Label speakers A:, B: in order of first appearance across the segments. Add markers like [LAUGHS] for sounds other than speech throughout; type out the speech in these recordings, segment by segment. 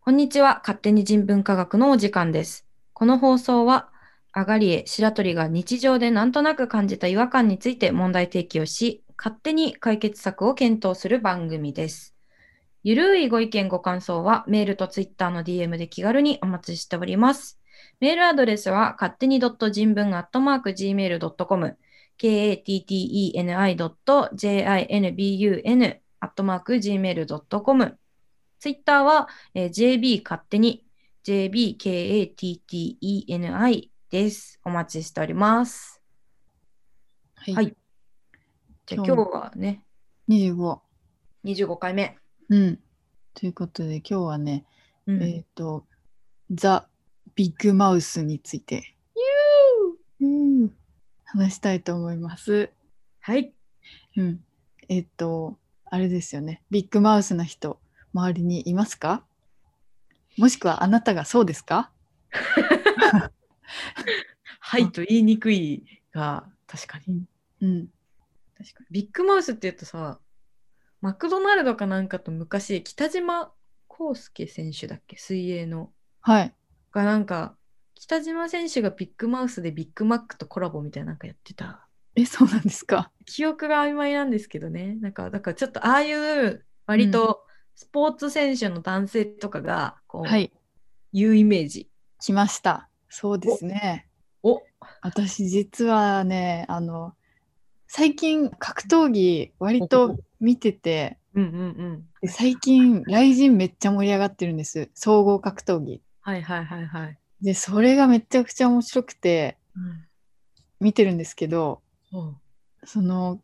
A: こんにちは。勝手に人文科学のお時間です。この放送は、アガリエ、白鳥が日常でなんとなく感じた違和感について問題提起をし、勝手に解決策を検討する番組です。ゆるいご意見ご感想は、メールとツイッターの DM で気軽にお待ちしております。メールアドレスは、勝手に人文 .gmail.com、katteni.jinbun gmail.com、ツイッターは、えー JB 勝手に JBKATTENI です。お待ちしております。
B: はい。
A: はいじゃあ
B: 今
A: 今
B: 日
A: 日はね、
B: 25。
A: 25回目。
B: うん。ということで、今日はね、
A: うん
B: えっ、と、ザ・ビッグマウスについて、うん話したいと思います。
A: はい。
B: うん。えっ、と、あれですよね。ビッグマウスな人、周りにいますかもしくはあなたがそうですか
A: はいと言いにくいが、確かに。
B: うん。
A: 確かに。ビッグマウスって言うとさ、マクドナルドかなんかと昔、北島康介選手だっけ水泳の。
B: はい。
A: がなんか、北島選手がビッグマウスでビッグマックとコラボみたいななんかやってた。
B: え、そうなんですか
A: 記憶が曖昧なんですけどねなんかだからちょっとああいう割とスポーツ選手の男性とかがこう、
B: はい。
A: 言うイメージ
B: 来ました。そうですね。
A: お
B: 私実はねあの最近格闘技割と見てて
A: うんうんうん
B: で最近雷神めっちゃ盛り上がってるんです総合格闘技
A: はいはいはいはい、
B: でそれがめちゃくちゃ面白くて見てるんですけど
A: うん、
B: その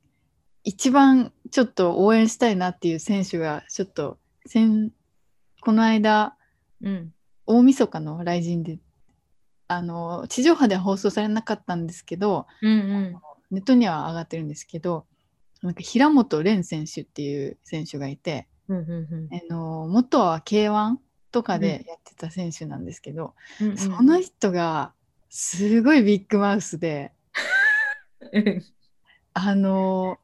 B: 一番ちょっと応援したいなっていう選手がちょっと先この間
A: うん
B: 大晦日の雷神であの地上波では放送されなかったんですけど
A: うんうん
B: ネットには上がってるんですけど、なんか平本蓮選手っていう選手がいて、
A: うんうんうん
B: あの元は K1 とかでやってた選手なんですけど、
A: うんうん
B: その人がすごいビッグマウスで、
A: うん
B: あの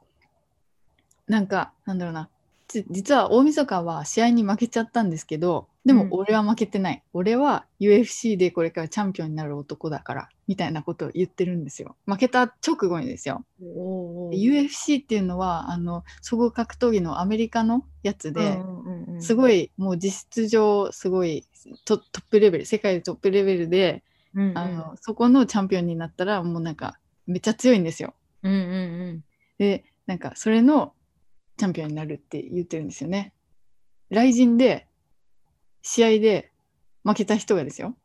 B: なんかなんだろうな、じ実は大晦日は試合に負けちゃったんですけど、で
A: う
B: も
A: ん
B: 俺は負けてない、俺は UFC でこれからチャンピオンになる男だからみたいなことを言ってるんですよ。負けた直後にですよ。
A: おーお
B: で
A: ー
B: UFC っていうのはあの総合格闘技のアメリカのやつ
A: う
B: で
A: ん、うんうんうん
B: すごいもう実質上すごいトトップレベル世界でトップレベルで、
A: うんうん
B: あのそこのチャンピオンになったらもうなんかめっちゃ強いんですよ。
A: うんうん
B: でなんかそれのチャンピオンになるって言ってるんですよね。雷神で試合で負けた人がですよ。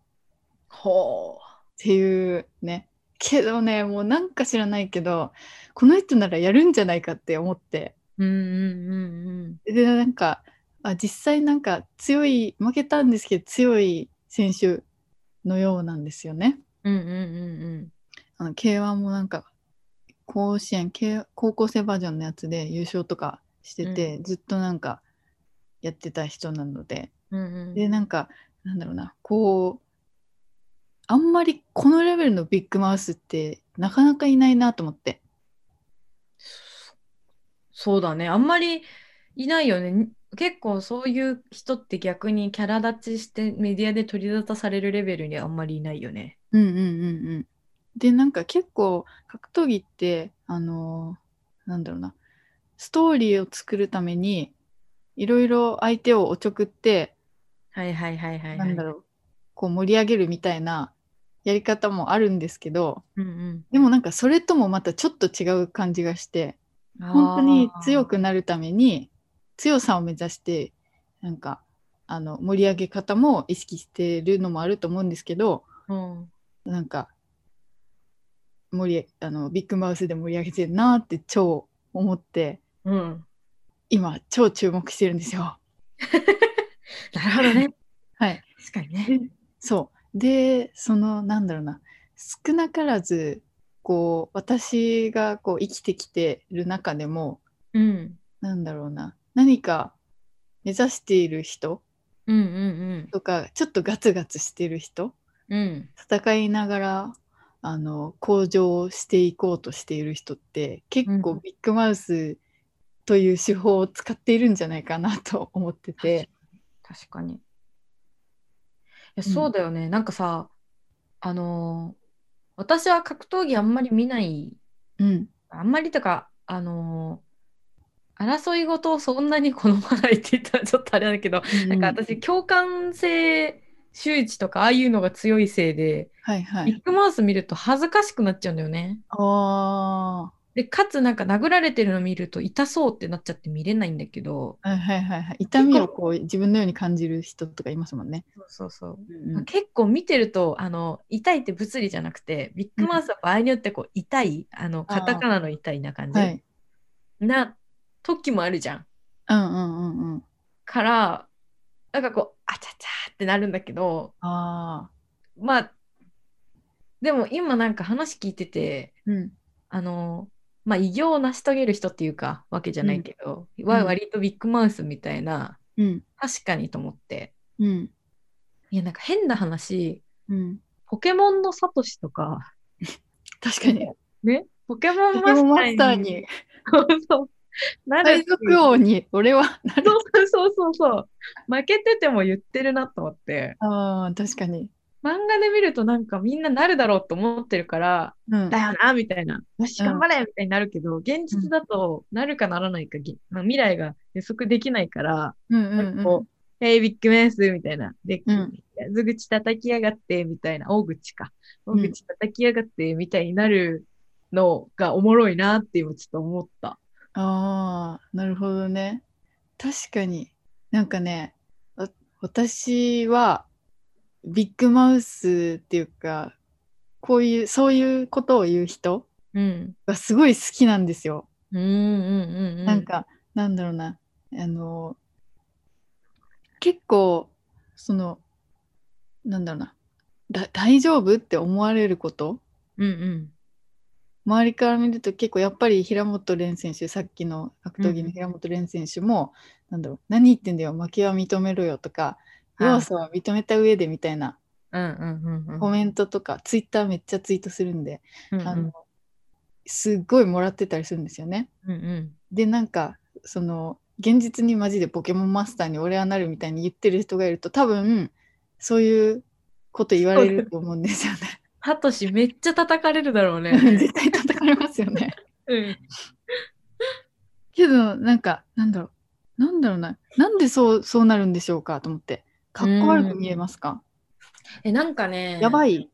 A: ほ
B: っていうね。けどねもうなんか知らないけどこの人ならやるんじゃないかって思って。
A: ううんうんうん
B: でなんかあ実際なんか強い負けたんですけど強い選手のようなんですよね。
A: うんうんうん
B: あの K1 もなんか甲子園、K、高校生バージョンのやつで優勝とかしてて、ずっとなんかやってた人なので
A: うんうんうん
B: でなんかなんだろうなこうあんまりこのレベルのビッグマウスってなかなかいないなと思って
A: そそうだね。あんまりいないよね。に結構そういう人って逆にキャラ立ちしてメディアで取り沙汰されるレベルにあんまりいないよね。
B: うんうんうんうん。でなんか結構格闘技ってあのーなんだろうなストーリーを作るためにいろいろ相手をおちょくって、
A: はいはいはいはい、はい。
B: なんだろうこう盛り上げるみたいなやり方もあるんですけど
A: うん
B: でもなんかそれともまたちょっと違う感じがして
A: うん、
B: 本当に強
A: く。
B: くなるために強さを目指してなんかあの盛り上げ方も意識してるのもあると思うんですけど、
A: うん、
B: なんか盛りあのビッグマウスで盛り上げてるなって超思って
A: うん。
B: 今超注目してるんですよ。
A: なるほど
B: [LAUGHS]
A: ね。
B: はい、
A: 確かにね。
B: そうでそのなんだろうな少なからずこう私がこう生きてきてる中でも
A: うん。
B: なんだろうな何か目指している人
A: うんうん
B: とかちょっとガツガツしてる人
A: うん。うん。
B: 戦いながらあの向上していこうとしている人って結
A: う
B: 構
A: ん
B: ビッグマウスという手法を使っているんじゃないかなと思ってて、
A: 確かに。やそうだよね、なんかさあのー私は格闘技あんまり見ない
B: うん。
A: あんまりとかあのー争い事をそんなに好まないって言ったらちょっとあれだけど、なんか私共感性周知とかああいうのが強いせいで、
B: はいは
A: ビ
B: い。
A: ッグマウス見ると恥ずかしくなっちゃうんだよね。
B: あ
A: でかつなんか殴られてるの見ると痛そうってなっちゃって見れないんだけど
B: あ。はいはいはいはい。痛みをこう自分のように感じる人とかいますもんね。
A: そうそうそう
B: うんうん
A: 結構見てるとあの痛いって物理じゃなくてビッグマウスは場合によってこう痛いあの
B: あー
A: カタカナの痛いな感じ、
B: はい。
A: な時もあるじゃん。
B: うんうんうんうん。
A: からなんかこうあちゃちゃってなるんだけど
B: ああ。
A: まあでも今なんか話聞いてて
B: うん。
A: あのまあ偉業を成し遂げる人っていうかわけじゃないけど、は
B: うん
A: 割とビッグマウスみたいな、
B: うん。
A: 確かにと思って
B: うん。
A: いやなんか変な話
B: うん。
A: ポケモンのサトシとか
B: 確かに。
A: ねポケモン
B: ポケモン
A: マ
B: マ
A: ス
B: ス
A: タ
B: タ
A: ー
B: ー
A: に
B: に、
A: そうなる
B: 海
A: し
B: 賊王に俺はなる。
A: [LAUGHS] そうそうそうそう負けてても言ってるなと思って
B: ああ、確かに。
A: 漫画で見るとなんかみんななるだろうと思ってるから
B: うん
A: だよなみたいな、よし、
B: う
A: 頑
B: ん
A: 張れみたいになるけど、現実だとなるかならないか、ぎまあ未来が予測できないから、
B: うんう
A: なん
B: んう
A: か
B: ん。
A: こう、えー、ビッグメンスみたいな、で、
B: うん
A: ず口叩きやがってみたいな、大口か、大
B: うん
A: 口叩きやがってみたいになるのがおもろいなって今ちょっと思った。
B: ああ、なるほどね。確かに。なんかね、わ私はビッグマウスっていうか、こういう、そういうことを言う人
A: うん。
B: がすごい好きなんですよ。
A: うんうんうんうん。
B: なん、か、なんだろうな。あの、結構、その、なんだろうな。だ大丈夫って思われること
A: うんうん。
B: 周りから見ると結構やっぱり平本蓮選手さっきの格闘技の平本蓮選手も、なんだろう何言ってんだよ負けは認めろよとか
A: はい
B: 弱さは認めた上でみたいな
A: うんうんうんうん。
B: コメントとか、ツイッターめっちゃツイートするんで、
A: うんうん
B: あのすっごいもらってたりするんですよね。
A: うんうん。
B: でなんかその現実にマジでポケモンマスターに俺はなるみたいに言ってる人がいると多分そういうこと言われると思うんですよね。
A: サトシめっちゃ叩かれるだろう
B: [LAUGHS]
A: ね。
B: 絶対叩かれますよね。
A: うん。
B: けどなんかなんだろうなんだろうななんでそうそうなるんでしょうかと思ってかっこ悪く見えますか、
A: え、なんかね、
B: やばい、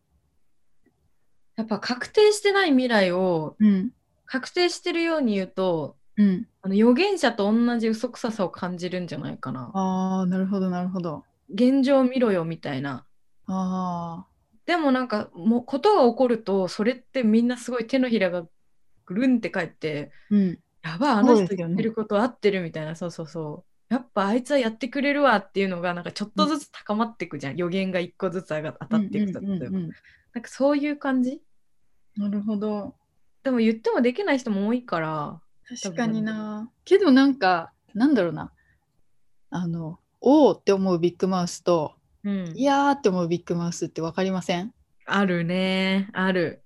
A: やっぱ確定してない未来を
B: うん
A: 確定してるように言うと
B: うん、
A: あの預言者と同じ嘘くささを感じるんじゃないかな。
B: ああなるほどなるほど
A: 現状を見ろよみたいな。
B: あ
A: でもなんかもうことが起こるとそれってみんなすごい手のひらがぐるんって返って
B: ーうん
A: やばいあの
B: そう
A: 人
B: です
A: 言
B: よね
A: ってること合ってるみたいなそうそうそうやっぱあいつはやってくれるわっていうのがなんかちょっとずつ高まっていくじゃん、予言が一個ずつ上が当たっていくと、
B: うんうんうんうん
A: なんかそういう感じ
B: なるほど
A: でも言ってもできない人も多いから
B: 確かになけどなんかなんだろうなあのおおって思うビッグマウスと
A: うん
B: いやーって思うビッグマウスって分かりません
A: あるね、ある。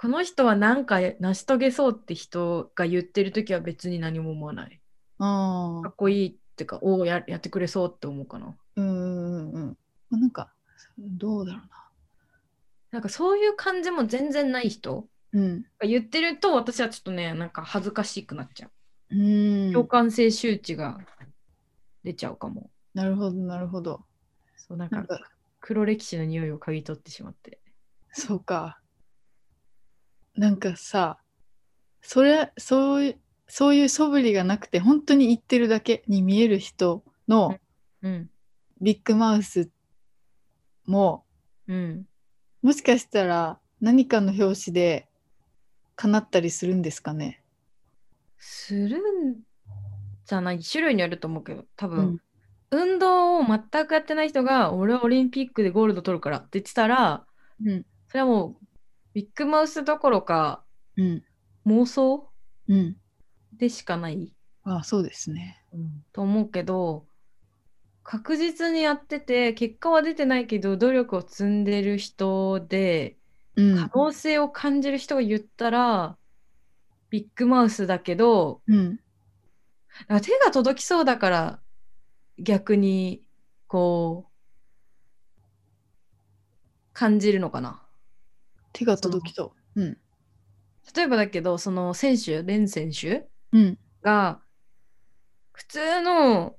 A: この人は何か成し遂げそうって人が言ってるときは別に何も思わない。
B: あ
A: か
B: ー
A: っこいいってか、おお、ややってくれそうって思うかな。
B: うんうんうんうんなんかどうだろ
A: なんかそういう感じも全然ない人
B: うなうん
A: が言ってると私はちょっとね、なんか恥ずかしくなっちゃう。
B: うん
A: 共感性周知が出ちゃうかも。
B: なるほどなるほど
A: そうなん
B: な
A: か
B: んか
A: 黒歴史の匂いを嗅ぎ取ってしまって。
B: そうか。なんかさ、それ、そういう、そういう素振りがなくて、本当に言ってるだけに見える人の
A: うん。
B: ビッグマウスも、
A: うん。
B: もしかしたら何かの表紙で叶ったりするんですかね。
A: するんじゃない種類によると思うけど多分、
B: うん
A: 運動を全くやってない人が俺はオリンピックでゴールド取るからって言ってたら
B: うん、
A: それはもうビッグマウスどころか
B: うん、
A: 妄想
B: うん。
A: でしかない、
B: あそうですね。
A: と思うけど確実にやってて結果は出てないけど努力を積んでる人で
B: うん
A: 可。能性を感じる人が言ったらビッグマウスだけど
B: うん。
A: なんか手が届きそうだから逆にこう感じるのかな
B: 手が届きそう。うん。
A: 例えばだけどその選手レン選手
B: うん。
A: が普通の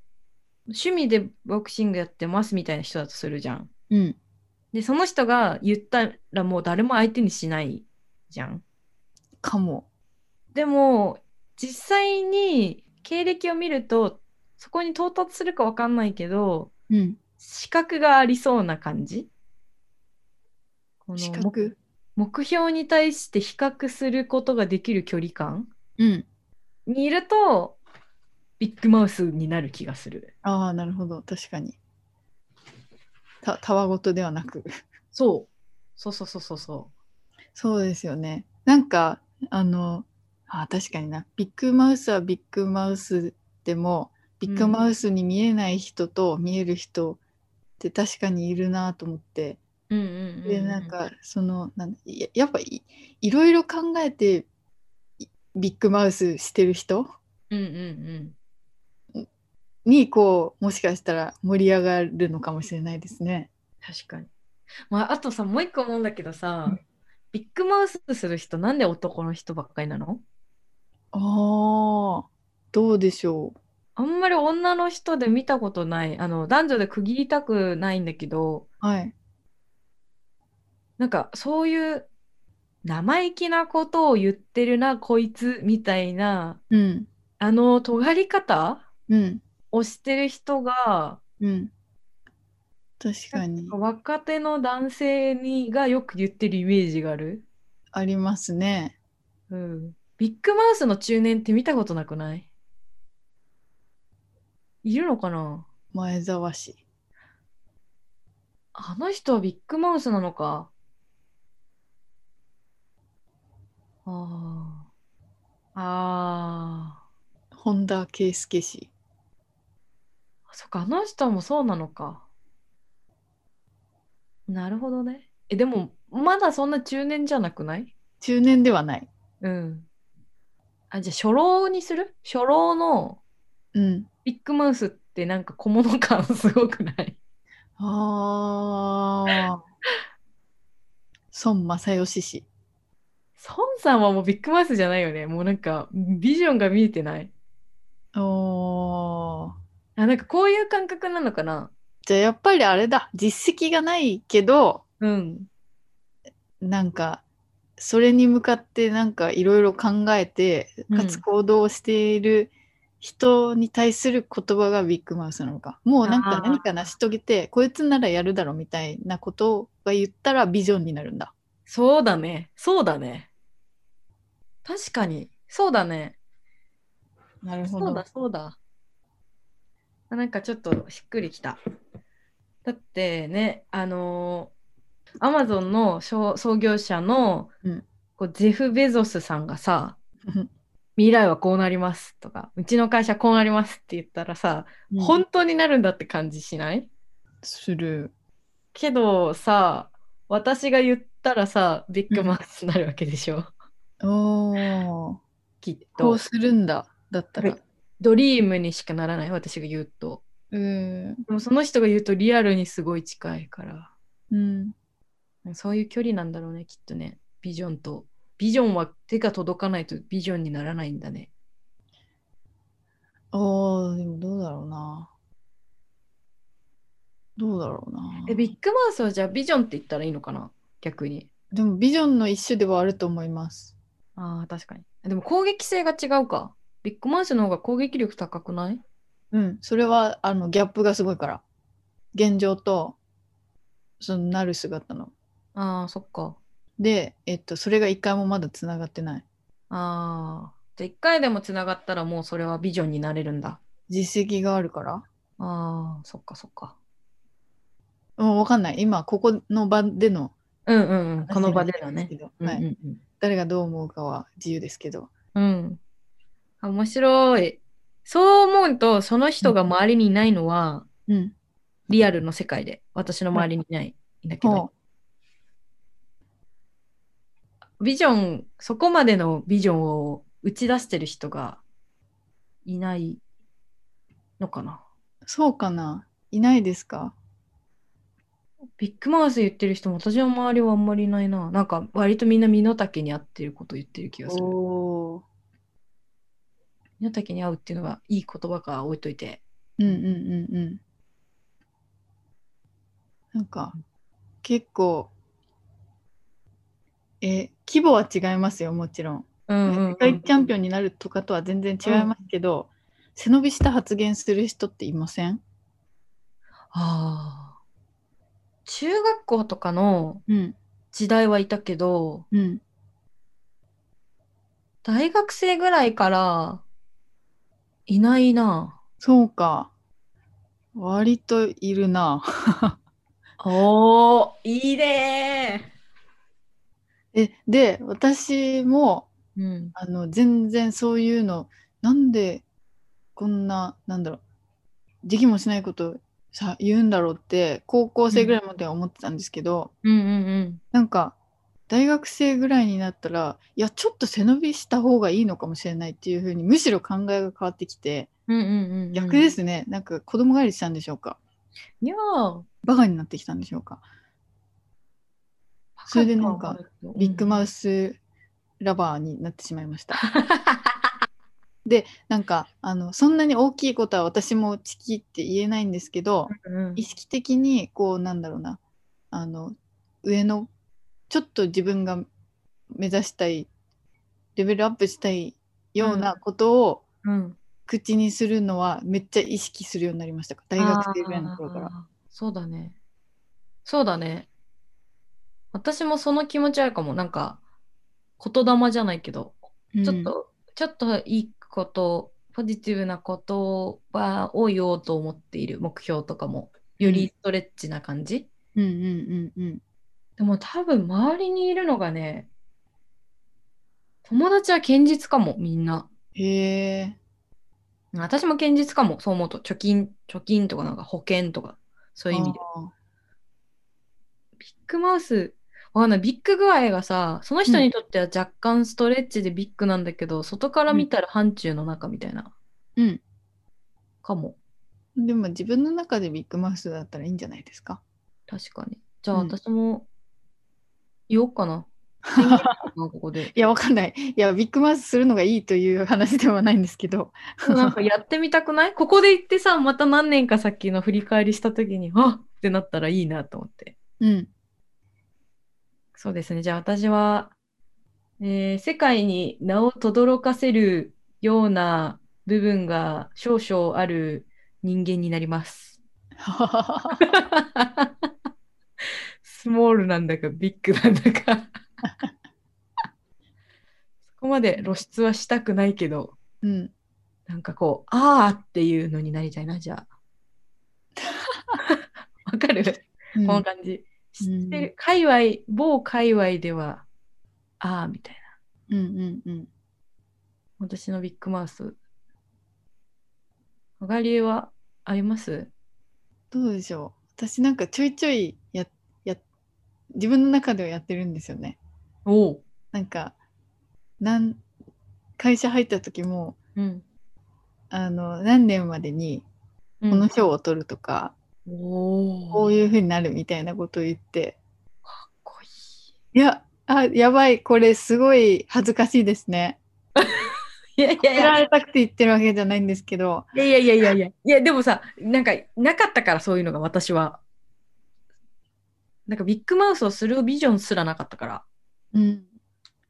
A: 趣味でボクシングやってますみたいな人だとするじゃん。
B: うん。
A: でその人が言ったらもう誰も相手にしないじゃん。
B: かも。
A: でも実際に経歴を見るとそこに到達するかわかんないけど
B: うん。
A: 資格がありそうな感じこ
B: 資
A: のも
B: 格。
A: 目標に対して比較することができる距離感
B: うん。
A: にいるとビッグマウスになる気がする。
B: ああ、なるほど。確かに。た、たわごとではなく。 [LAUGHS]
A: そう。そうそうそうそうそ
B: そうですよね。なんか、あの、あ確かにな。ビッグマウスはビッグマウスでも、ビッグマウスに見えない人と見える人って確かにいるなと思って。
A: う。うんうんうん
B: で、なんか、その、なんややっぱい、いろいろ考えて、いビッグマウスしてる人
A: うんうんうん。
B: に、こう、もしかしたら盛り上がるのかもしれないですね。
A: 確かに。まあ、あとさ、もう一個思うんだけどさ
B: うん、
A: ビッグマウスする人、なんで男の人ばっかりなの
B: ああ、どうでしょう。
A: あんまり女の人で見たことない、あの、男女で区切りたくないんだけど、
B: はい。
A: なんかそういう生意気なことを言ってるな、こいつみたいな、
B: うん、
A: あの、尖り方
B: うん、
A: をしてる人が、
B: うん。確かに、
A: 若手の男性にがよく言ってるイメージがある。
B: ありますね。
A: うんビッグマウスの中年って見たことなくないいるのかな
B: 前澤氏。
A: あの人はビッグマウスなのか。ああ。あ
B: 本田圭佑氏。
A: あ。そっか、あの人もそうなのか。なるほどね。え、でも、まだそんな中年じゃなくない
B: 中年ではない。
A: うん。あ、じゃあ、初老にする初老の
B: うん。
A: ビッグマウスってなんか小物感すごくない
B: ああ。孫正義氏。
A: 孫さんはもうビッグマウスじゃないよね。もうなんかビジョンが見えてない。
B: おー
A: あ、なんかこういう感覚なのかな。
B: じゃあやっぱりあれだ。実績がないけど、
A: うん。
B: なんか、それに向かってなんかいろいろ考えて、かつ
A: うん
B: 行動をしている人に対する言葉がビッグマウスなのか。もうなん
A: あー
B: か何か成し遂げて、こいつならやるだろみたいなことが言ったらビジョンになるんだ。
A: そうだね。そうだね。確かに。そうだね。
B: なる
A: そうだ、そうだ。あなんかちょっとしっくりきた。だってね、あのー、アマゾンの創創業者の、
B: うん
A: こうジェフ・ベゾスさんがさ
B: うん、
A: 未来はこうなりますとか、うちの会社こうなりますって言ったらさ、本当になるんだって感じしない
B: する。
A: けどさ私が言ったらさビッグマウスになるわけでしょ、
B: おー
A: きっ
B: ことうするんだ。だったら。
A: はいドリームにしかならない私が言うと
B: うーん。
A: でもその人が言うとリアルにすごい近いから
B: うん。
A: そういう距離なんだろうねきっとねビジョンとビジョンは手が届かないとビジョンにならないんだね
B: おーでもどうだろうな。どうだろうな。
A: えビッグマウスはじゃあビジョンって言ったらいいのかな逆に
B: でもビジョンの一種ではあると思います。
A: あー確かにでも攻撃性が違うかビッグマウスの方が攻撃力高くない
B: うん。それは、あの、ギャップがすごいから。現状と、そのなる姿の。
A: あーそっか
B: で、えっと、それが一回もまだつながってない。
A: ああ。じゃあ一回でもつながったらもうそれはビジョンになれるんだ。
B: 実績があるから。
A: ああ、そっかそっか。
B: もうわかんない。今、ここの場での。
A: うんうんうん。この場でだね。。
B: は
A: うん
B: い。誰がどう思うかは自由ですけど。
A: うんうん。うん。あ面白い。そう思うと、その人が周りにいないのは、
B: うん。
A: リアルの世界で、私の周りにいないんだけど
B: ほ、
A: ビジョン、そこまでのビジョンを打ち出してる人がいないのかな。
B: うそうかな。いないですか
A: ビッグマウス言ってる人も私の周りはあんまりいないな。なんか割とみんな身の丈に合ってること言ってる気がする。
B: おお。
A: 身の丈に合うっていうのはいい言葉か置いといて。
B: うんうんうんうん。なんか、結構、え、規模は違いますよ、もちろん。
A: うんうん、う
B: 世
A: ん。
B: 界チャンピオンになるとかとは全然違いますけど、背伸びした発言する人っていません
A: ああ。中学校とかの
B: うん
A: 時代はいたけど、
B: うん。
A: 大学生ぐらいからいないな。
B: そうか。割といるな。
A: おお、いいね
B: え、で、私も、
A: ー。うん。
B: あの全然そういうのなんでこんななんだろうできもしないことさ言うんだろうって高校生ぐらいまでは思ってたんですけど、
A: うんうんうん。
B: なんか大学生ぐらいになったらいやちょっと背伸びした方がいいのかもしれないっていうふうにむしろ考えが変わってきて
A: うんうんうんうん。
B: 逆で。すね、なんか子供狩りしたんでしょうか
A: いやー、
B: バカになってきたんでしょうかそれでなんかビッグマウスラバーになってしまいました。なんかあのそんなに大きいことは私もチキって言えないんですけど、 [LAUGHS]
A: うん
B: 意識的にこうなんだろうなあの上のちょっと自分が目指したいレベルアップしたいようなことを
A: うん、
B: 口にするのはめっちゃ意識するようになりましたか大学生ぐらいの頃から。
A: あーそうだね。そうだね。私もその気持ちあるかも。なんか、言霊じゃないけど、
B: うん
A: ちょっと、ちょっといいこと、ポジティブな言葉を言おうと思っている目標とかも、よりストレッチな感じ。
B: うんうんうんうん
A: でも多分、周りにいるのがね、友達は堅実かも、みんな。
B: へえ
A: 私も堅実かも、そう思うと。貯金、貯金とかなんか保険とか、そういう意味で。ビッグマウス、わかんない、ビッグ具合がさ、その人にとっては若干ストレッチでビッグなんだけど、外から見たら範疇の中みたいな、
B: うん
A: かも。
B: でも自分の中でビッグマウスだったらいいんじゃないですか
A: 確かに。じゃあ
B: うん
A: 私も、言おうかな。宣言しようかなここ
B: [LAUGHS]
A: で。
B: いやわかんないいやビッグマウスするのがいいという話ではないんですけど
A: でもなんかやってみたくないここで言ってさ、また何年か先の振り返りした時に、あっってなったらいいなと思って。
B: [LAUGHS] うん
A: そうですね。じゃあ私は、えー世界に名を轟かせるような部分が少々ある人間になります。スモールなんだかビッグなんだかそこまで露出はしたくないけど、
B: うん
A: なんかこう、あーっていうのになりたいな、じゃ [LAUGHS] あ。わかる
B: うん
A: この感じ。知
B: うん
A: ってる、界隈、某界隈では、ああ、みたいな。
B: うんうんうん。
A: 私のビッグマウス。あがりえはあります
B: どうでしょう。私なんかちょいちょいやや自分の中ではやってるんですよね。
A: おう。
B: なんかなん会社入った時も
A: うん。
B: あの何年までにこの賞を取るとか、
A: おお。
B: こう
A: う。
B: いう風になるみたいなことを言って
A: かっこい
B: いやあやばいこれすごい恥ずかしいですね。
A: い。いやいや
B: やられたくて言ってるわけじゃないんですけど
A: いやいやいやいやいや。いや、でもさ、なんか、なかったから、そういうのが、私は。なんか、ビッグマウスをするビジョンすらなかったから。
B: うん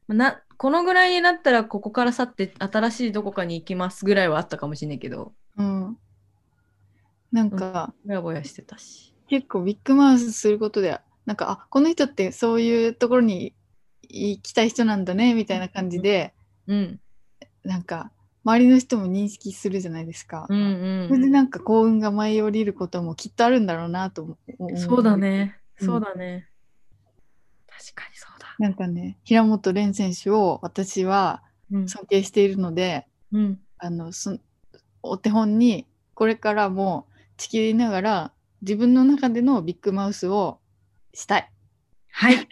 A: な、このぐらいになったら、ここから去って、新しいどこかに行きますぐらいはあったかもしれないけど、
B: うんなんか、
A: ぼやぼやしてたし。
B: 結構ビッグマウスすることでなんかあこの人ってそういうところに行きたい人なんだねみたいな感じで、
A: うん。
B: なんか周りの人も認識するじゃないですか、
A: うん
B: それでなんか幸運が舞い降りることもきっとあるんだろうなと思思
A: そうだね。
B: うん
A: そうだね。確かにそうだ。
B: なんかね平本蓮選手を私は
A: うん
B: 尊敬しているので、
A: うん。
B: あのそお手本にこれからも地球にいながら自分の中でのビッグマウスをしたい
A: はい。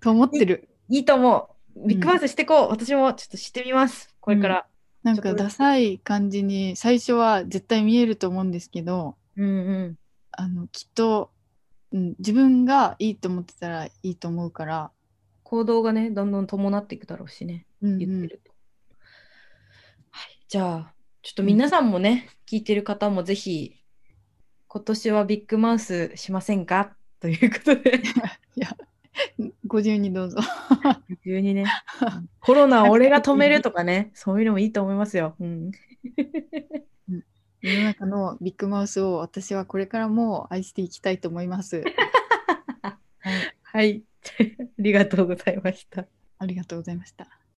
B: と思ってる。
A: いいと思う。ビッ
B: うん
A: グマウスしてこう。私もちょっとしてみます。これから。
B: なん
A: ちょ
B: か
A: っと
B: ダサい感じに最初は絶対見えると思うんですけど
A: うんうん。
B: あのきっとうん、自分がいいと思ってたらいいと思うから、
A: 行動がね、どんどん伴っていくだろうしね、
B: うんうん
A: 言ってると。はい、じゃあ、ちょっと皆さんもね、聞いてる方もぜひ、今年はビッグマウスしませんかということで、
B: [LAUGHS] ご自由に
A: [LAUGHS]
B: どうぞ。
A: 急にね、 [LAUGHS] コロナを俺が止めるとかね、 [LAUGHS] そういうのもいいと思いますよ。うん、
B: 世の中のビッグマウスを私はこれからも愛していきたいと思います。
A: はい、ありがとうございました。
B: ありがとうございました。